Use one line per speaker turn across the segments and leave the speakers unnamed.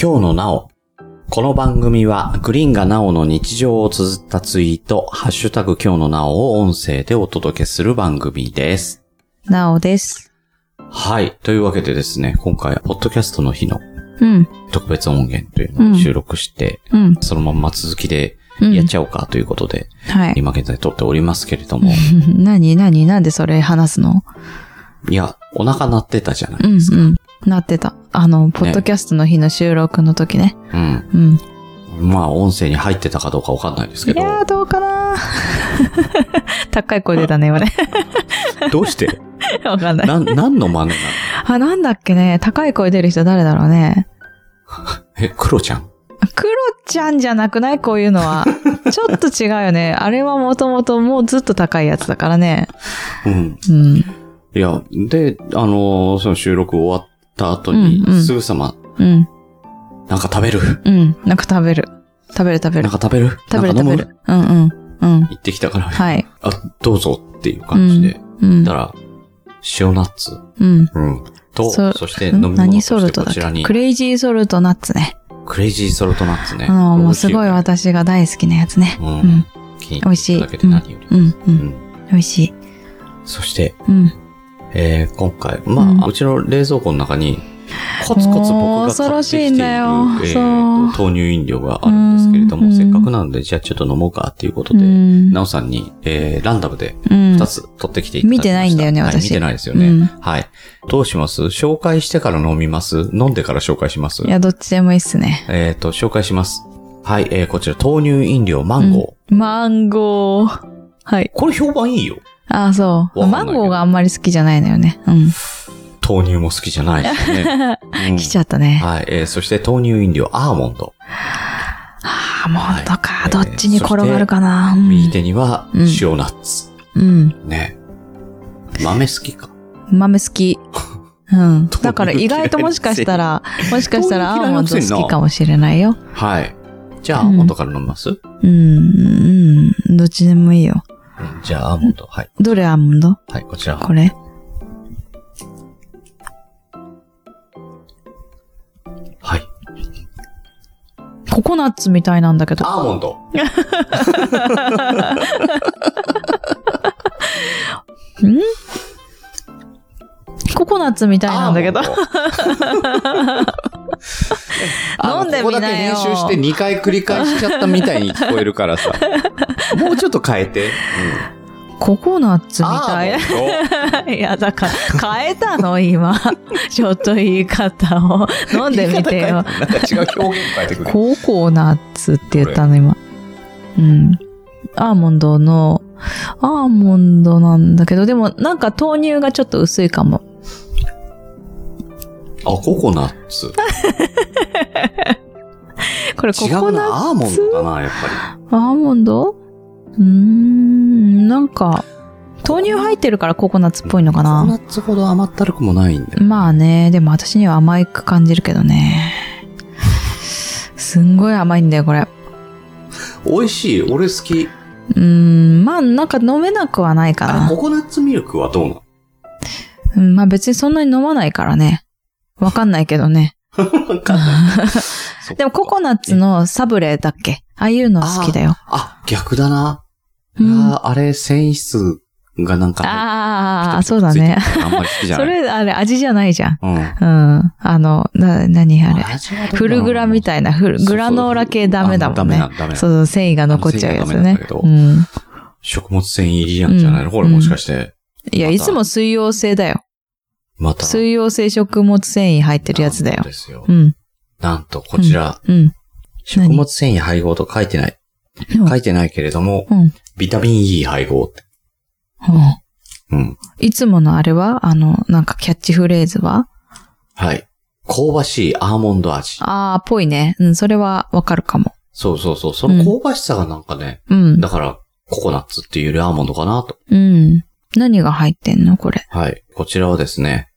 今日のなお。この番組は、グリーンがなおの日常を綴ったツイート、ハッシュタグ今日のなおを音声でお届けする番組です。
なおです。
はい。というわけでですね、今回、ポッドキャストの日の
うん、
特別音源というのを収録して、
うん、
そのまんま続きで
うん。
やっちゃおうかということで、
はい。
今現在撮っておりますけれども、
なになになんでそれ話すの
いや、お腹鳴ってたじゃな
う
い
ん、
ですか。
うん。なってた。あの、ポッドキャストの日の収録の時ね。
うん。
うん。
まあ、音声に入ってたかどうかわかんないですけ
い
ど、
やー、どうかな 高い声出たね、今ね。
どうして
わかんない。
なん、何の真似なの
あ、なんだっけね。高い声出る人誰だろうね。
え、クロちゃん
クロちゃんじゃなくないこういうの は。ちょっと違うよね。あれはもともともうずっと高いやつだからね。
うん。
うん。
いや、で、あのーその収録終わった後に
うんう、ん
すぐさま、
うん。
なんか食べる
うん。なんか食べる。食べる食べ
な
る
ん。か食べる
食べる
なんか
食べ
飲む
る。うんうん。うん。
行ってきたから、
はい。
あ、どうぞっていう感じで。
うん
だ。から、塩ナッツ。
うん。
うん。と、
そ
そして飲み
ん
物と
何ソル
して
ト
こ
だっ
ちら
け
に
ク、レイジーソルトナッツね。
クレイジーソルトナッツね。
あの、もうすごい
美味
私が大好きなやつね。
うん
うん。
しいよね。
美味しい。
だけで
うん
何より。
うん。う。
うんん。
美味しい。
そして、
うん。
えー、今回、まあ、
う
うんちの冷蔵庫の中に、コツコツ僕が買ってきている
恐ろしいんだよ
えー
そう
と豆乳飲料があるんですけれど
う
も、
ん
せっかくなので、じゃあちょっと飲もうかっていうこと
う
で、
ん。
なおさんに、えー、ランダムで
うん
2つ取ってきていただきました。
見てないんだよね
は
私
見てないですよ
うん
ね。はい。どうします紹介してから飲みます飲んでから紹介します
いや、どっちでもいいっすね。
えっと、紹介します。はい、えー、こちら豆乳飲料マンゴー。
マンゴー。はい。
これ評判いいよ。
ああ、そう。
わかんな
マ
いけど
ンゴーがあんまり好きじゃないのよね。うん。
豆乳も好きじゃないです ね。うん
来ちゃったね。
はい、えー、そして豆乳飲料アーモンド。
ああ、もうと
は
か、
い
どっちに転がるかな。うん
右手には
うん
塩ナッツ。
うん。
ね。豆好きか。
豆好 き。うん。
豆乳
だから意外ともしかしたら、もしかしたらア
豆乳嫌
ー
い
モ
な
ン
く
ド
せにな
好きかもしれないよ。
はい。じゃあ、
うん
アーモンドから飲みます、
うん、うん。どっちでもいいよ。
うんじゃあ、アーモンド。はい。
どれアーモンド
はい、こちら。
これ。
はい。
ココナッツみたいなんだけど。
アーモンド。
ココナッツみたいなんだけど
アー。モンド
飲んで
あのこ
みなよ
こだけ編集して2回繰り返しちゃったみたいに聞こえるから さ。もうちょっと変えて。
ココナ
う
ッツ
ん、
みたい
ア。ーモンド。
いや、だから、変えたの今。 ちょっと言い方を。飲 んでみてよ。
なんか違う表現変えてくれ。
ココナッツって言ったの今。うん。アーモンドの、アーモンドなんだけど、でもなんか豆乳がちょっと薄いかも。
あ、ココナッツ。
これコ
違う
コナッツ
な、アーモンドだな、やっぱ
アーモンドうーん、なんか、豆乳入ってるからココナッツっ
り。
ぽいのか
ココ
な。
ナッツほど甘ったるくもないんだよ。
まあね、でも私には甘いく感じるけどね。すんごい甘いんだよ、これ。う
美味しい。俺好き。
ーん、まあなんか飲めなくはないか
あれ、
な
コ。コナッツミルクはどうなの
うん、まあ別にそんなに飲まないからね。わかんないけどね。でもココナッツのサブレだっけああいうの好きだよ。
あ、逆だな。
うん
いやーあれ、繊維質がなんか、
ああ、
ピタ
そう
ピタ
だ
ついてる
ね。
からあんまり好きじゃな
そ
い。
れ、あれ味じゃないじゃん。
うん。
うん。あの、な、何あれ。
味はどうだろう
フルグラみたいな、フル、
そうそう
グラノーラ系ダメだもんね。
あダメだダメだ
そうそう、繊維が残っちゃうやつね
繊維が。ダ
う
メ
ん。
食物繊維入りなんじゃないの、
うん
これもしかして。
いや、
また
いつも水溶性だよ。
また。
水溶性食物繊維入ってるやつだ
なん
よ
と。ですよ。
うん。
なんと、こちら、
うん。
食物繊維配合と書いてない。
うん
書いてないけれども、
うん。
ビタミン E 配合って。
うん
うん。
いつものあれはあの、なんかキャッチフレーズは
はい。香ばしいアーモンド味。
あー、ぽいね。うん、それはわかるかも。
そうそうそう。その香ばしさがなんかね、
うん。
だから、ココナッツっていうよりアーモンドかなと。
うん。何が入ってんのこれ。
はい。こちらはですね、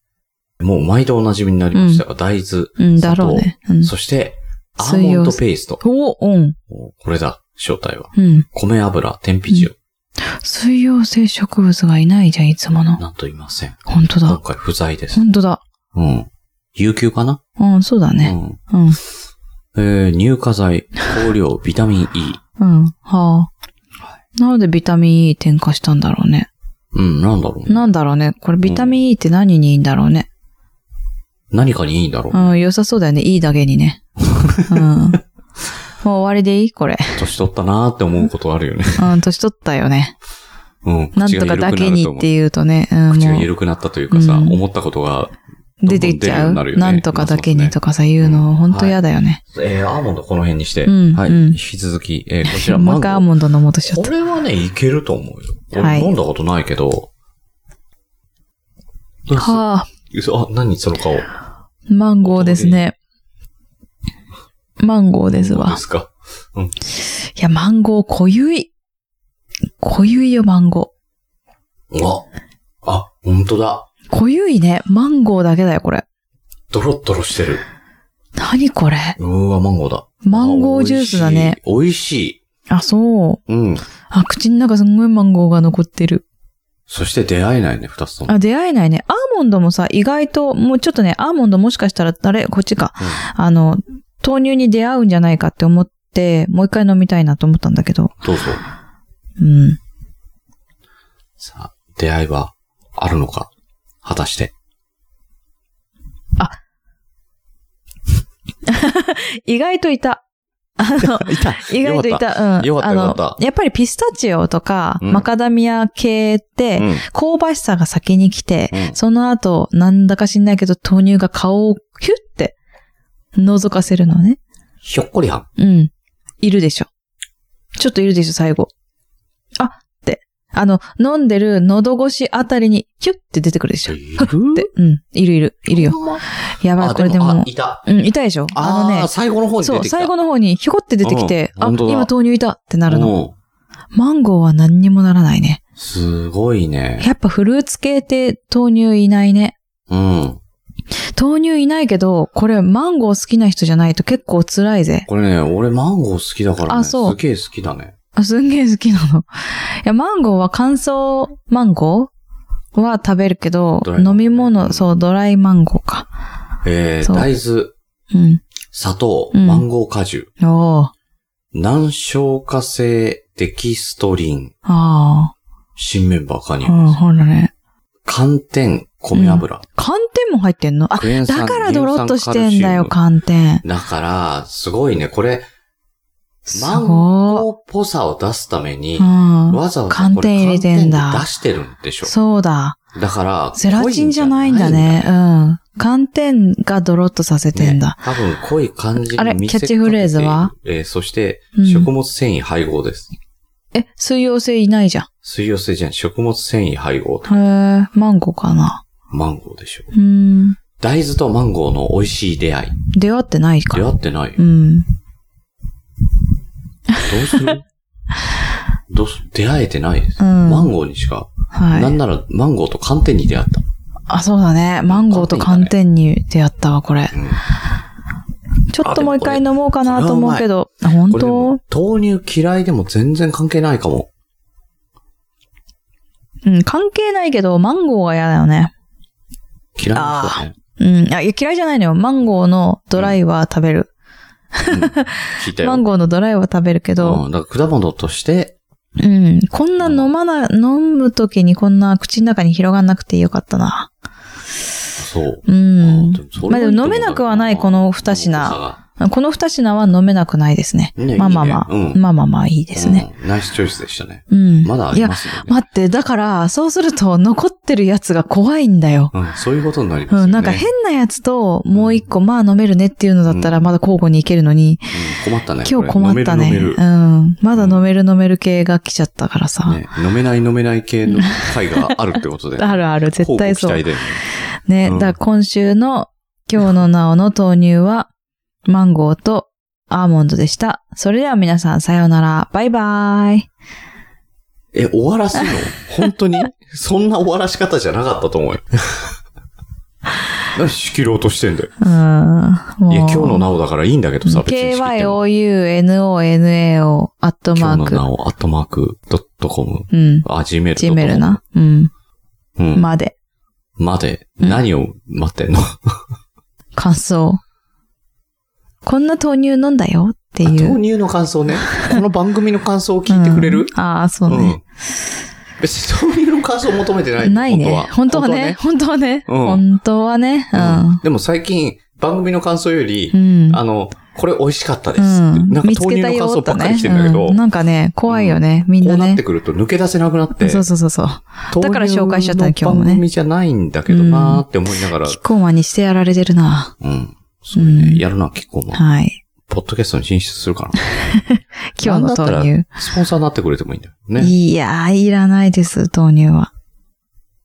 もう毎度お馴染みになりましたが、大豆。
うん、だろうね。うん。
そして、ア
水
ー
溶
モンドペースト。
お、うん。
おこれだ、正体は。
うん。
米油、天日塩、
水溶性植物がいないじゃん、いつもの。
なんと言いません。
ほんと
今
だ。
回不在です
ほ。んとだ。
うん。有給かな、
うん、そうだね。うん。
うん。えー、乳化剤、香 料、ビタミン E。
うん。はあ。なのでビタミン E 添加したんだろうね。
うん、なんだろう。
なんだろうね。これビタミン E って何にいいんだろうね。
何かにいいんだろう。
うん、良さそうだよね。いいだけ にね。うん。もう終わりでいいこれ。
年取ったなーって思うことある よね。
うん、年取ったよね。
うん。
なん
口
と
が緩く
か
な
だ
る
けに
と
っ
思う
て。いうとね、うん、
口が
もう
緩くなったというかさ、
うん
思ったことが、
出てきちゃ
ど
う。
んどん出るようになるよね
なんとかだけにとかさ、言う
う
の、
ん
ほんと嫌だよね。
えー、アーモンドこの辺にして、
うん
はい、
うん
引き続き、えー、こち ら
もう
マン
一
ゴ
回
ー
アー。モンド飲もうとしちゃっ
これはね、いけると思うよ。俺、
はい
飲んだことないけど。
た。はあ、
嘘あ、何その顔。
マンゴーですね。マンゴーです
どう
わ
で。すか。
いや、マンゴー濃ゆい。濃ゆいよ、マンゴ
あ、あ、ほんとだ。
ー。濃ゆいね。マンゴーだけだよ、これ。
ドロッドロしてる。
何これ
うーわ、マンゴーだ。
マンゴージュースだね。
あ。美味しい。
あ、そう。
美味しいうん。
あ、口の中すんごいマンゴーが残ってる。
そして出会えないね、二つとも。
あ、出会えないね。アーモンドもさ、意外と、もうちょっとね、アーモンドもしかしたら、あれこっちか。あの、豆乳に出会うんじゃないかって思って、もう一回飲みたいなと思ったんだけど。
どうぞ。
うん。
さあ、出会いはあるのか果たして。
意外といた。あの、
いた
意外と い。
よかった
うん。
よかった
あ
よか
の
っ、
やっぱりピスタチオとか、
うん
マカダミア系って、
うん。
香ばしさが先に来て、
うん
その後、なんだか知んないけど、豆乳が顔をヒュッて覗かせるのね。
ひょっこりはん。
うん。いるでしょ。ちょっといるでしょ、最後。あって。あの、飲んでる喉越しあたりに、ヒュッて出てくるでしょ。
いる
って。うん。いるいる。いるよ。
ほんま
やばい、
あ、
これでも
あ、いた。
うん、いたでしょ。あの
あ
ね
ー、最後の方に出
そ
て
う、
きた。
最後の方にひょこって出てきて、
うん
あ、
本当だ
今豆乳いたってなるの。
の。
マンゴーは何にもならないね。
すごいね。
やっぱフルーツ系って豆乳いないね。
うん。
豆乳いないけど、これマンゴー好きな人じゃないと結構辛いぜ。
これね、俺マンゴー好きだからね。
あそう
すげえ好きだね。
あ、すんげえ好きなの。い や、マンゴーは乾燥マンゴーは食べるけど
ド、ライマンゴー
飲み物、そう、ドライマンゴーか。
えー、
そう
大豆、
うん。
砂糖、
うん
マンゴー果汁、
おー。
難消化性デキストリン、
あ
新メンバー加入
あ。う。ん、ほらね。
寒天、米油。
寒天も入ってんのあ、
クエン酸
だからドロッとしてんだよ、
乳酸カル
寒天。
シウムだから、すごいね。これ、
す
マン
ご
ゴーっぽさを出すために
ー。う、ん。
わざわざ
寒
これ
天入れてんだ
寒天出してるんでしょ。
そうだ。
だから、
ゼラチンじゃないんだね。うん。寒天がドロッとさせてんだ。
多分濃い感じに
あれ
見せかけて
キャッチフレーズは
えーそして
うん、
食物繊維配合です。
え、水溶性いないじゃん。
水溶性じゃん、食物繊維配合。
へえ、マンゴーかな。
マンゴーでしょ。
うん。
大豆とマンゴーの美味しい出会い。
出会ってないか
出
ら。
会ってないよ。
う
ど
ん。
うす るどうす出会えてないです。
うん
マンゴーにしか。な
は
ん
い。
なら、マンゴーと寒天に出会った。
あ、そうだね。マンゴーと寒天に出会ったわ、これ。
うん
ちょっともう一
あ
回
で
飲もうかなと思うけど。あ、本
これで
当
も豆乳嫌いでも全然関係ないかも。
うん、関係ないけど、マンゴーが嫌だよね。
嫌いな人だね。
うん。あ、いや、嫌いじゃないのよ。マンゴーのドライは食べる。
聞いたよ。
マンゴーのドライは食べるけ
う
ど、
ん、だから果物として、
うん。こんな飲まな、飲むときにこんな口の中に広がんなくてよかったな。
そう。それ
うん。まあ
はいい
で
と思うんだけど
も飲めなくはないこの二品。この二品は飲めなくないですね。
ね
まあまあまあ。
いいねうん
まあまあまあいいですね。
うんナイスチョイスでしたね。
うん。
まだあ
い
り
や
ま、すよね。
待って、だから、そうすると残ってるやつが怖いんだよ。
うん、そういうことになりますよね。
うん、なんか変なやつと、もう一個、まあ飲めるねっていうのだったら、まだ交互にいけるのに、
うん困ったね。
今日困ったね。
これ飲める飲
う
める
ん。まだ飲める飲める系が来ちゃったからさ。
ね飲めない飲めない系の回があるってことで。
あるある、絶対そ
交互期待
う。
だよね
ね、
うん
だから今週の、今日のなおの豆乳は、マンゴーとアーモンドでした。それでは皆さん、さようなら。バイバイ。
え、終わら すの本当にそんな終わらし方じゃなかったと思うよ。何仕切ろうとしてんだよ。
うん。もう
いや、今日のなおだからいいんだけどさ、別に仕切っても。
kyounonao アットマ
今日
ー
の
ク。
なお、アットマーク、ドットコム、
うん。
あ、ジメル。
ジメル。な。うん。
うん。
まで。
まで、
うん
何を待ってんの
感想。こんな豆乳飲んだよって
あ
い
豆
う。
乳の感想ね。この番組の感想を聞いてくれる
うんああ、そうね。。
別に豆乳の感想を求めてない。
ないね。本当はね。。本当はね。
うん
本当はね。う
本当はねうん
ん。
でも最近、番組の感想より
う、ん。
あの、これ美味しかったです。
うん
なんか
見つ
豆乳
けた
の
よ
感想ばっかり
ね
来てんだけど、
う
こ
んなんかね、怖いよね。みん
う
な
なっ
ね
て。くると抜け出せなくなって、
そうそうそうそう。だから紹介しちゃったの
豆
今日
乳の
もね
番組じゃないんだけどなーって思いながら、
キッコーマンにしてやられてるな。
うん。そうね
うん
やるな、結構もう。
はい。
ポッドキャストに進出するかな。
今
な
日の
んだった
豆
らスポンサーになってくれてもいいんだよ
乳。
ね。
いやー、いらないです、豆乳は。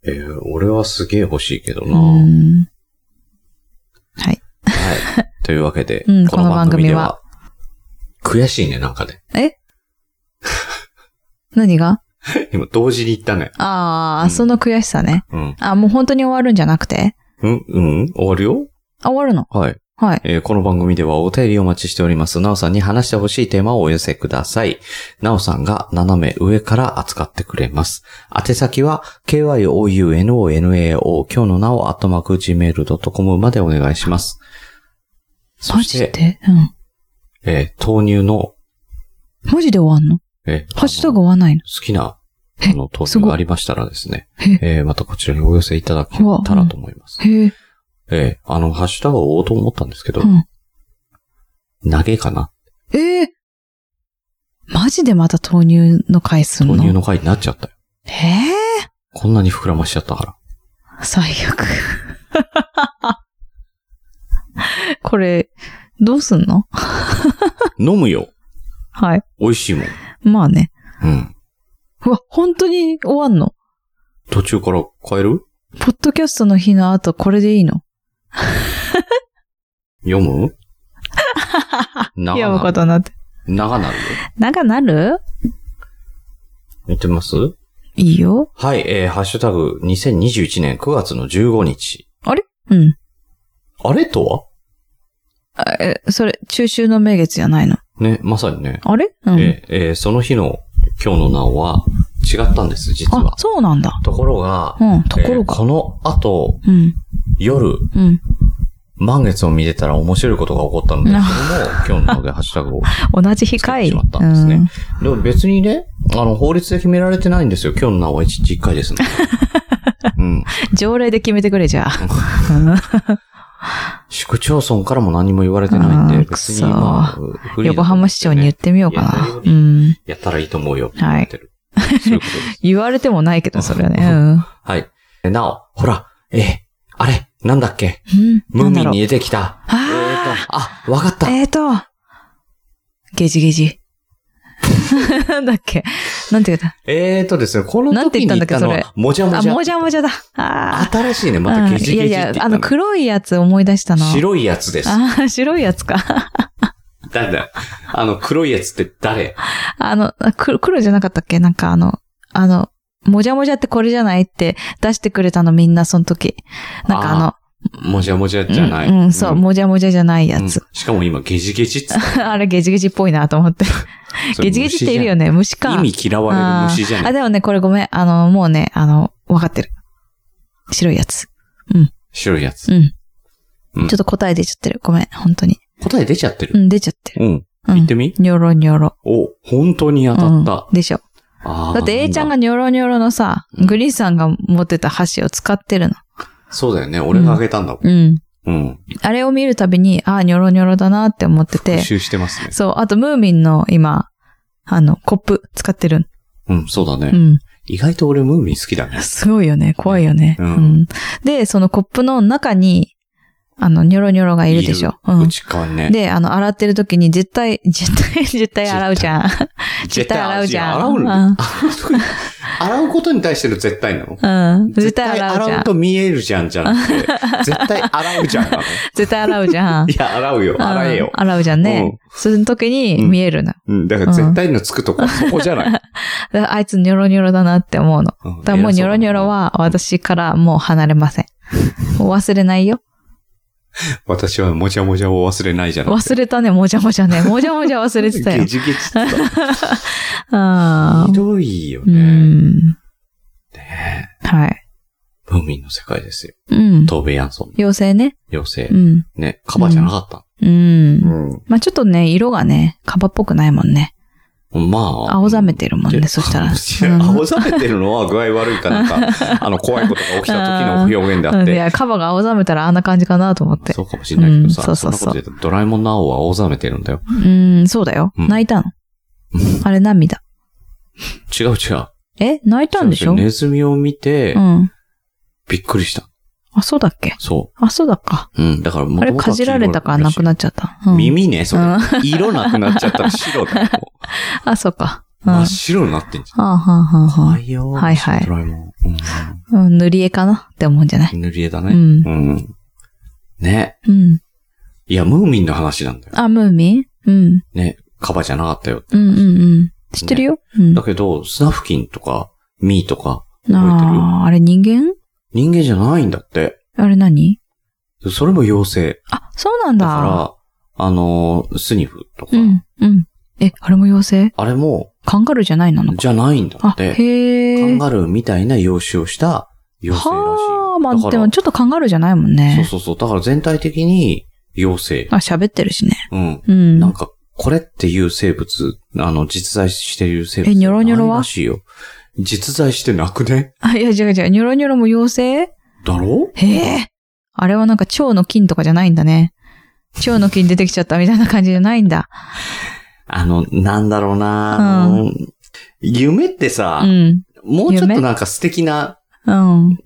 えー俺はすげえ欲しいけど
う
な。はい。
ん。はい。
というわけで、
うん
この
この
番
番
組
組
で
は
は、悔しいね、なんかね。
何が
今、同時に言ったね。
あ
う
あ、
ん
その悔しさね。
うん。
あ、もう本当に終わるんじゃなくて
うん、うん、終わるよ
あ、終わるの
はい。
はい。
えーこの番組ではお便りをお待ちしております。なおさんに話してほしいテーマをお寄せください。なおさんが斜め上から扱ってくれます。宛先は、kyounonao 今日のなお、アットマーク gmail.com までお願いします。そ
マ
し
ジ
て、
でうん。
えー豆乳の、
マジで終わんの
えー
ハッシュタ
あ
グ
の
終わんないの
好きな、あ
え
の、豆
す
乳
ごい
がありましたらですね、
え
えーまたこちらにお寄せいただけたらと思います。
へえ。
えーあの、ハッシュタグを追おうと思ったんですけど
う、ん。
投げかな
ええマジでまた豆乳の回すんの
豆乳の回になっちゃったよ。
ええ
こんなに膨らましちゃったから。
最悪。 これ、どうすんの
飲むよ。
はい。
美味しいもん。
まあね。
うん。
うわ、本当に終わんの
途中から変える
ポッドキャストの日の後、これでいいの
読 む長
やば
な
こ
る。
とになって。
長なるよ。
長なる
見てます
いいよ。
はい、えー、ハッシュタグ2021年9月の15日。
うん。
あれとは
あえ、それ、中秋の名月じゃないの。
ね、まさにね。
あれう
え
ん。
ーえーその日の今日のなおは違ったんです、実
あ
は、。
そうなんだ。
ところが、
うん、ところ
えー
が。
この後、
うん、
夜、
うん。
満月を見てたら面白いことが起こったのですけども、今日のなおでハッシュタグを
同じ日かい。
作ってしま
う
ったんですね
ん。
でも別にね、あの、法律で決められてないんですよ。今日の名は一日一回ですので。 うん。
条例で決めてくれ、じゃあ。
市区町村からも何も言われてないん
あ
で、
ー
別に今、フリーだと思うんですよね
横浜市長に言ってみようか
いや
な
大。
う
丈夫
ん。
やったらいいと思うよって言ってる。そういうことです。
言われてもないけど、それはね。うん。
はい。えなお、ほら、えーあれ、なんだっけ
うん
ムー
なん
ミ
だ
ン
ろう
に出てきた。えー
あ
と、あ、わかっ
あ
た。
えーと、ゲジゲジ。 なんだっけなんて言う
えーとですね、この時に言ったの
なんて言ったんだっけ
は、もじゃ
んだ
も
あ、
じゃ
も。じゃもじゃだ。ああ。
新しいね、またゲジゲジって言
うんいやい
っ
や、
た
あ
の
の黒いやつ思い出したな。
白いやつです。
ああ、白いやつか。
誰だあの、黒いやつって誰
あの、あく黒じゃなかったっけなんかあの、あの、もじゃもじゃってこれじゃないって出してくれたのみんなその時。なんかあの、
もじゃもじゃじゃない。
うん、うんそう、もじゃもじゃじゃないやつ。
うんしかも今、ゲジゲジっ つっ
あれゲジゲジっぽいなと思って。
た
ゲジゲジっているよね、虫
それ
か。
虫じゃん意味嫌われる虫じゃ
あー
な
あ、
い。
でもね、これごめん。あの、もうね、あの、わかってる。白いやつ。
白いやつ。
うん。
うん
ちょっと答え出ちゃってる。ごめん、本当に。
答え出ちゃって
う
る。
ん、出ちゃってる。
うん。
うん。
言ってみ
ニョロニョロ。
お、本当に当たった。
でしょ。
あー
だって A ちゃん
な
が
だ
ニョロニョロのさ、
うん
グリーンさんが持ってた箸を使ってるの。
そうだよね。俺があげたんだもん。
うん。
うん。
あれを見るたびに、ああ、ニョロニョロだなって思ってて
復。習してますね。
そう。あと、ムーミンの今、あの、コップ使ってる。
うん、そうだ
う
ね。
ん。
意外と俺ムーミン好きだね。
すごいよね。怖いよね。
うん
うんで、そのコップの中に、あの、ニョロニョロがいるでしょ。うん。
内側にね。
で、あの、洗ってる時に絶対、 絶対、絶対洗うじゃん。
絶
絶
対
対
洗
洗
う
う
じ
じ
ゃ
ゃ
ん。
ん
洗う
う
の
ん
洗うことに対しての絶対なの
うん。絶対洗うじゃん
う。と見えるじゃんじゃなく て、絶対洗うじゃんなの。
絶対洗うじゃ ん
い。や、洗うよ。洗えよ
うん。洗うじゃん
うん
ね。その時に見えるな。
うん、だから絶対のつくとこはそこじゃない。
だからあいつニョロニョロだなって思うの。
うん
だからもうニョロニョロ。は私からもう離れません。もう忘れないよ。
偉そうだな私はもじゃもじゃを忘れないじゃなくて
忘れたね、もじゃもじゃね。もじゃもじゃ忘れて たよ
ゲ。ジゲジって言ってた
あ
ひ
あ。
どいよ
う
ね。
ん。
ね
はい。
ムーミンの世界ですよ。
うん。
トーベ・ヤンソンの
妖精ね。
妖
う
精。
ん。
ね、カバじゃなかった。
うん。
う
まあちょっとね、色がね、カバっぽくないもんね。
ん。まあ。
青ざめてるもん
で
ね、そしたら。
いや青ざめてるのは具合悪いかなん か、あの、怖いことが起きた時の表現であ
う
っ
んい
て。
や、カバが青ざめたらあんな感じかなと思って。
そうかもしれないけど
う
さ、
んそう
そ
そうそ
な
うん
こと言うとドラえもんの青は青ざめてるんだよ。
うん、そうだよ。
うん
泣いた の
うん。
あれ涙。
違う違う。
え泣いたんでしょ
違う違うネズミを見て
う、ん。
びっくりした。
あ、そうだっけ
そ
あ、そうだっか。
う。うん。だからも
あれかじられたからなく
っ
なっちゃった。うん、
耳ね、それ
うん。
色なくなっちゃったら白だよ。もう
あ、そうか。うん。
真
は
っ白になってんじ
あ、はあはあ
ゃん。
は
怖いよ。
はいはい
ドラえもん。
あ、うん。塗り絵かなって思うんじゃない
うん。塗り絵だ
う
ね。
ん。
うん。ね。
うん。
いや、ムーミンの話なんだよ。
あ、ムーミンうん。
ね。カバじゃなかったよ。
うんうんうん。知ってるよ、うん
だ。けど、スナフキンとか、ミーとか、覚えてる
ああ、あれ人間
人間じゃないんだって。
あれ何
それも妖精。
あ、そうなん
だ
だ。
から、あのー、スニフとか、
うん、うん。え、あれも妖精
あれも、
カンガルーじゃないなのか
じゃないんだ
あ
っ、て。カ
へえ。
ンガルーみたいな容姿をした妖精らしい。
はあ、ま
だから
あでもちょっとカンガルーじゃないもんね。
そうそうそう。だから全体的に妖精。
あ、喋ってるしね。
うん。
うん。
なんか、これっていう生物、あの、実在している生物。
えニョロニョロ
な
は
いらしいよ。実在してなくね
あ、いや違う違う。ニョロニョロも妖精
だろ
へえ。あれはなんか蝶の菌とかじゃないんだね。蝶の菌出てきちゃったみたいな感じじゃないんだ。
あの、なんだろうな、
うん
あの夢ってさ
う、ん。
もうちょっと
夢
なんか素敵な
うん。うん。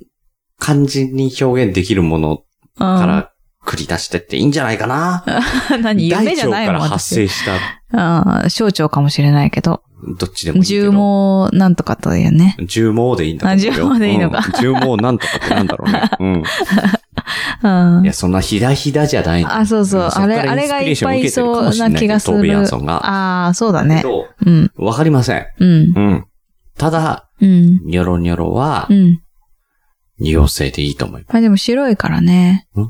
感じに表現できるものから繰り出してっていいんじゃないかな、
何
大
夢じ
腸
ゃない
か
もん
ら発生
私。
した、
うん。小腸かもしれないけど。
どっちでもいいけ
重
ど。
毛なんとかというね。
重毛でいいんだと思うよ。
あ重毛でいいのか
うん重毛なんとかってなんだろう ね。うん。
うん
い。や、そんなひだひだじゃないの
あ、そうそう。
ん
あれ、あれがいっぱいいそうな気がす
トーベ・ヤ
る
ン。ソンが。
ああ、そうだ
け
ね。
ど、
うん。
わかりません。
うん。
うん。ただ、
うん。
ニョロニョロは
う、ん。
妖精でいいと思いま
まあでも白いからね
ん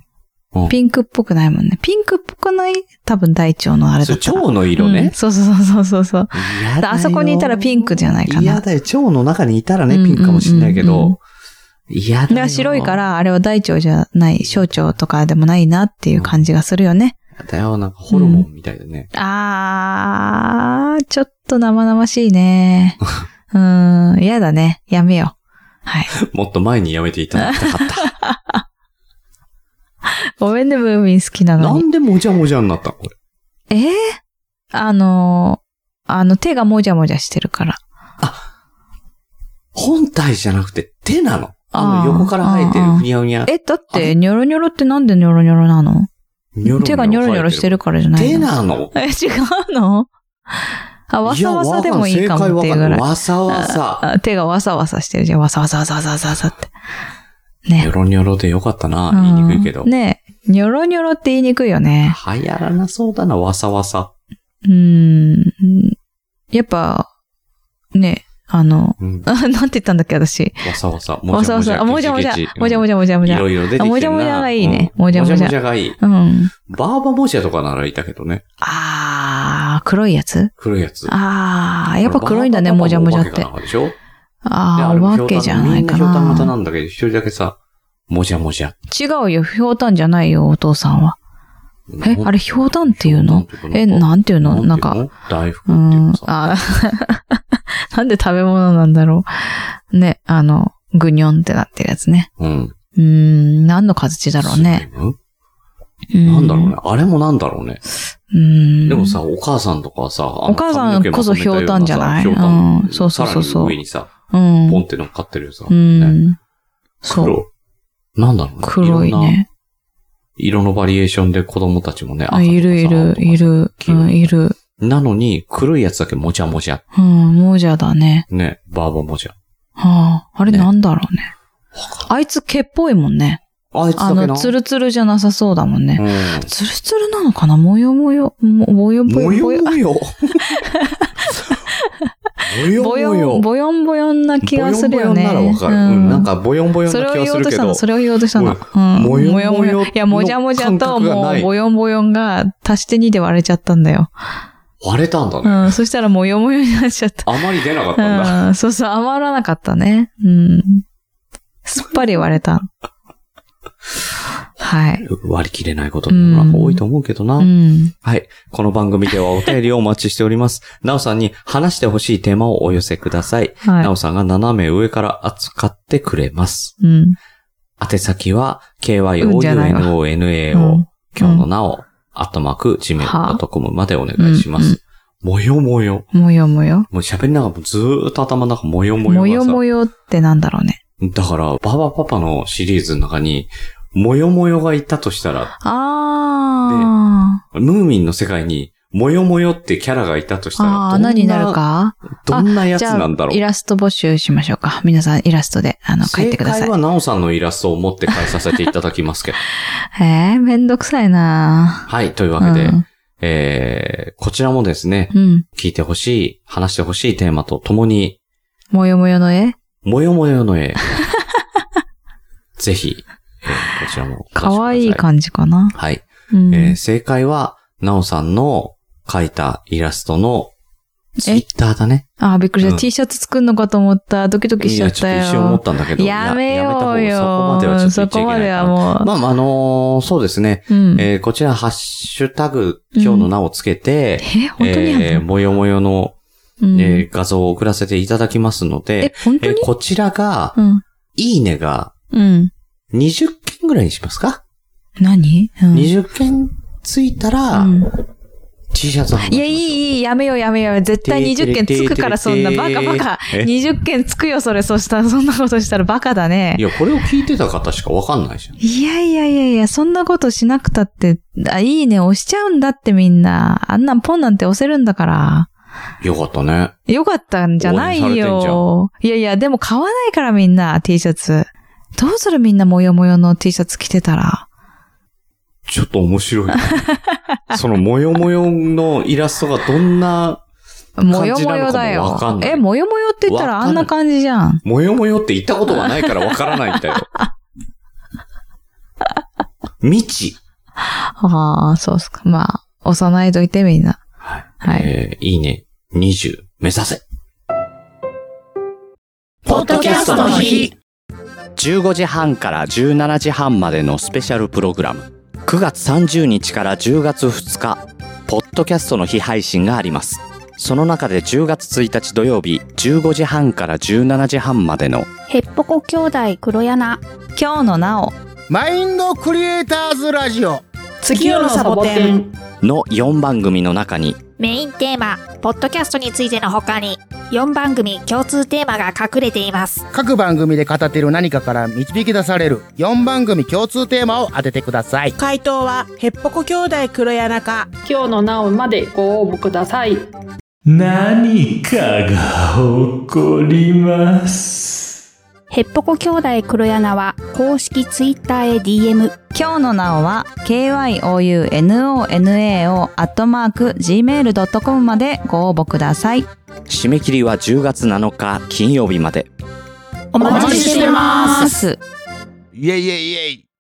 うん。
ピンクっぽくないもんね。ピンクっぽくない多分大腸のあれ
す。
だ
それ、
ったら。
蝶の色
うん
ね。
そうそうそうそうそう。
嫌だよ
あそこにいたらピンクじゃないかな
嫌だよ。蝶の中にいたらね、
うん
ピンクかもしれないけ
うんうんうん
ど、嫌だ
で
よ。
白いか。ら、あれは大腸じゃない、小腸とかでもないなっていう感じがするよね。
だよ、なんかホルモンみたいでね。
あー、ちょっと生々し いね。うーん、嫌だね。やめよう。はい。
もっと前にやめていただきたか った。
ごめんね、ムーミン好きなの
な
に。
んでもじゃもじゃになったのこれ。
えー、あのー、あの手がもじゃもじゃしてるから。
本体じゃなくて手なの。あ
あ
の、
ー
横から生えてるふにゃふにゃ。
え、だっ
あれ
て、ニョロニョロってなんでニョロニョロなの
ニョロ
手がニョロニョロしてるからじゃない
手
の
なの
え、違うのあ、わさわさでもいいかもっていうぐらい。
わさわさ。
あ手がわさわさしてるじゃん。わさわさわさわさわさわさって。
ニョ
ね。
ロニョロでよかったな。言いにくいけど。
うんねえ。ニョロニョロって言いにくいよね。
流行らなそうだな、わさわさ。
うーん。やっぱ、ねえ、あの、
うん
あなんて言ったんだっけ、私。
わさわさ。も
わさわさ、あもじゃもじゃ、もじゃも
じ
じゃもじゃも
ゃ。
じ
い
ゃ。
ろいろ出てきてるな。
あもじゃもじゃがいいね
うん
もじゃもじゃ
がいい。
うん。
バーバもじゃとかならいたけどね。
あー、黒いやつ
黒いやつ。
あー、やっぱ黒いんだね、もじゃもじゃっ
バー
て
バ。もお化けかなんかでしょ
あー、お化けじゃないか
みんなひょうたん型な
な。
んだけど、一人だけさ、もじゃもじゃ。
違うよ、ひょうたんじゃないよ、お父さんは。え、あれひょうたんっていうのえ、なんていうのなんか、、
大福
う
っ
ー
ていうんか、さ。
あー なんで食べ物なんだろう。ね、あの、ぐにょんってなってるやつね。
うん。
うーん、何の形だろうね。
スリム。なんだろうね。あれもなんだろうね。
ね
でも、さ、お母さんとかはさ、あの
お母さんこそひょうたんじゃない
ひょうたん
うんそうそうそうそう
さらに上にさ、
うん。
ポンって乗っかってるさ。
う
ね
ん。そう。
黒。なんだろうね。
黒い
ろんな
ね。
色のバリエーションで子供たちもね、赤
あ
とかさ
いるい
青と、か
る
さ
いる、
黄
う
色
ん、いる。
なのに、黒いやつだけもじゃもじゃ。
うん、もじゃだね。
ね、バーバもじゃ。
はあ、あれ
ね
なんだろうね。あいつ毛っぽいもんね。
あいつだ
あ
けな。
の、ツルツルじゃなさそうだもんね。
う
ツルツルなのかな模様模様、も模様
ん。
模
も
様
よもよ。もよ
ボ
も
ヨン、
よ。
ボヨンボヨンな気がするよね。
ボヨンボヨンならわかる。うんなんか、ボヨンボヨン
そ
な
れを
気が
言お
す
う
る
とし
け
た
ど
の、。それを言おうとしたの。うん。
もよもよ
いや、もじゃもじゃ
の感
と、
覚が
も、
ないう
ボヨンボヨンが足して2で割れちゃったんだよ。
割れたんだ
う
ね。
ん。そしたら、もよもよになっちゃった。
あまり出なかったんだ。
うん。そうそう、余らなかったね。うん。すっぱり割れた。はい。
割り切れないことの方が多いと思うけどな。
うん。
はい。この番組ではお便りをお待ちしております。なおさんに話してほしいテーマをお寄せください。な
は
おさんが斜め上から扱ってくれます。
い。うん。
宛先は、
うんじゃないわ
kyounonao、
うん
今日のなお、アットマーク、gmail.com までお願いしま
うん
す。もよもよ。
もよもよ。
もう喋りながらもずーっと頭の中もよもよがさ。
もよもよってなんだろうね。
だから、ババパパのシリーズの中に、もよもよがいたとしたら、
あ
ムーミンの世界に、もよもよってキャラがいたとし
ー。
たら、
あ
ど
ー、
んな
何になるか
どんなやつ
じゃ
なんだ
あ、
ろう
イ。ラスト募集しましょうか。皆さんイラストで、あの、書いてく
正
ださい
解。はナオさんのイラストを持って返させていただきますけ ど。
えー、めんどくさいな
はい、というわけで、
ぁ
えー、こちらもですね、
うん。うん。
聞いてほしい、話してほしいテーマとともに、
もよもよの絵
もよもよの 絵。ぜひ、えーこちらもお出しくださ。
かわいい感じかな。
はい。
うん。
えー正解は、なおさんの描いたイラストのツイッターだね。
あー、びっくりした。
うん
T シャツ作んのかと思った。ドキドキし
い
ちゃ
や、
っ
ちょ
た
っと
よ。
一瞬思ったんだけど。
やめよう
やめた方が
よ。
そ
そ
こ
こ
ま
ま
で
で
はちょっと言っちゃいけない
は
か
も
ら。
う。
まあまあ、あのーそうですね。
うん。え、
えーこちら、ハッシュタグ、今日の名をつけて、
本当にや
えー
るの
もよもよの、
うん
えー画像を送らせていただきますの
え
で、、
本当
えー
に
こちらが
う、ん。
いいねが
うん。
20件ぐらいにしますか、
何うん。い
?20 件ついたら、
うん
T シャツ販売します
や、いい、いい、やめよう、やめよう。絶対20件つくから、そんな。バカバカ。
え
20件つくよ、それ。そしたら、そんなことしたらバカだね
い。や、これを聞いてた方しかわかんないじゃん。
いやいやいやいや、そんなことしなくたって、あ、いいね、押しちゃうんだってみんな。あんなんポンなんて押せるんだから。
よかったね。
よかったんじゃな
応援
い
されてんじ
よ。いやいや、でも買わないからみんな、T シャツ。どうするみんなもよもよの T シャツ着てたら。
ちょっと面 白いね。そのもよもよのイラストがどんな、
もよも
感じなの
よだ
かもわ
よ
かん。ない
え、もよもよって言ったらあんな感じじゃん。
もよもよって言ったことがないからわからないんだ よ。未知。
ああ、そうっすか。まあ、押さないといてみんな。
はい。
はい。
えーいいね。20、目指せ。
ポッドキャストの日
15時半から17時半までのスペシャルプログラム9月30日から10月2日ポッドキャストの日配信がありますその中で10月1日土曜日15時半から17時半までの
ヘッポコ兄弟黒柳
今日のなお。
マインドクリエイターズラジオ
月夜のサボテン
の4番組の中に
メインテーマポッドキャストについてのほかに4番組共通テーマが隠れています
各番組で語っている何かから導き出される4番組共通テーマを当ててください
回答はヘッポコ兄弟黒柳か
今日のなおまでご応募ください。
何かが起こります。
ヘッポコ兄弟黒柳は公式ツイッターへ DM
今日のなおは kyounonao アットマーク gmail.com までご応募ください。
締め切りは10月7日金曜日まで
お
待ちして
ます。
イエイイエイイエイ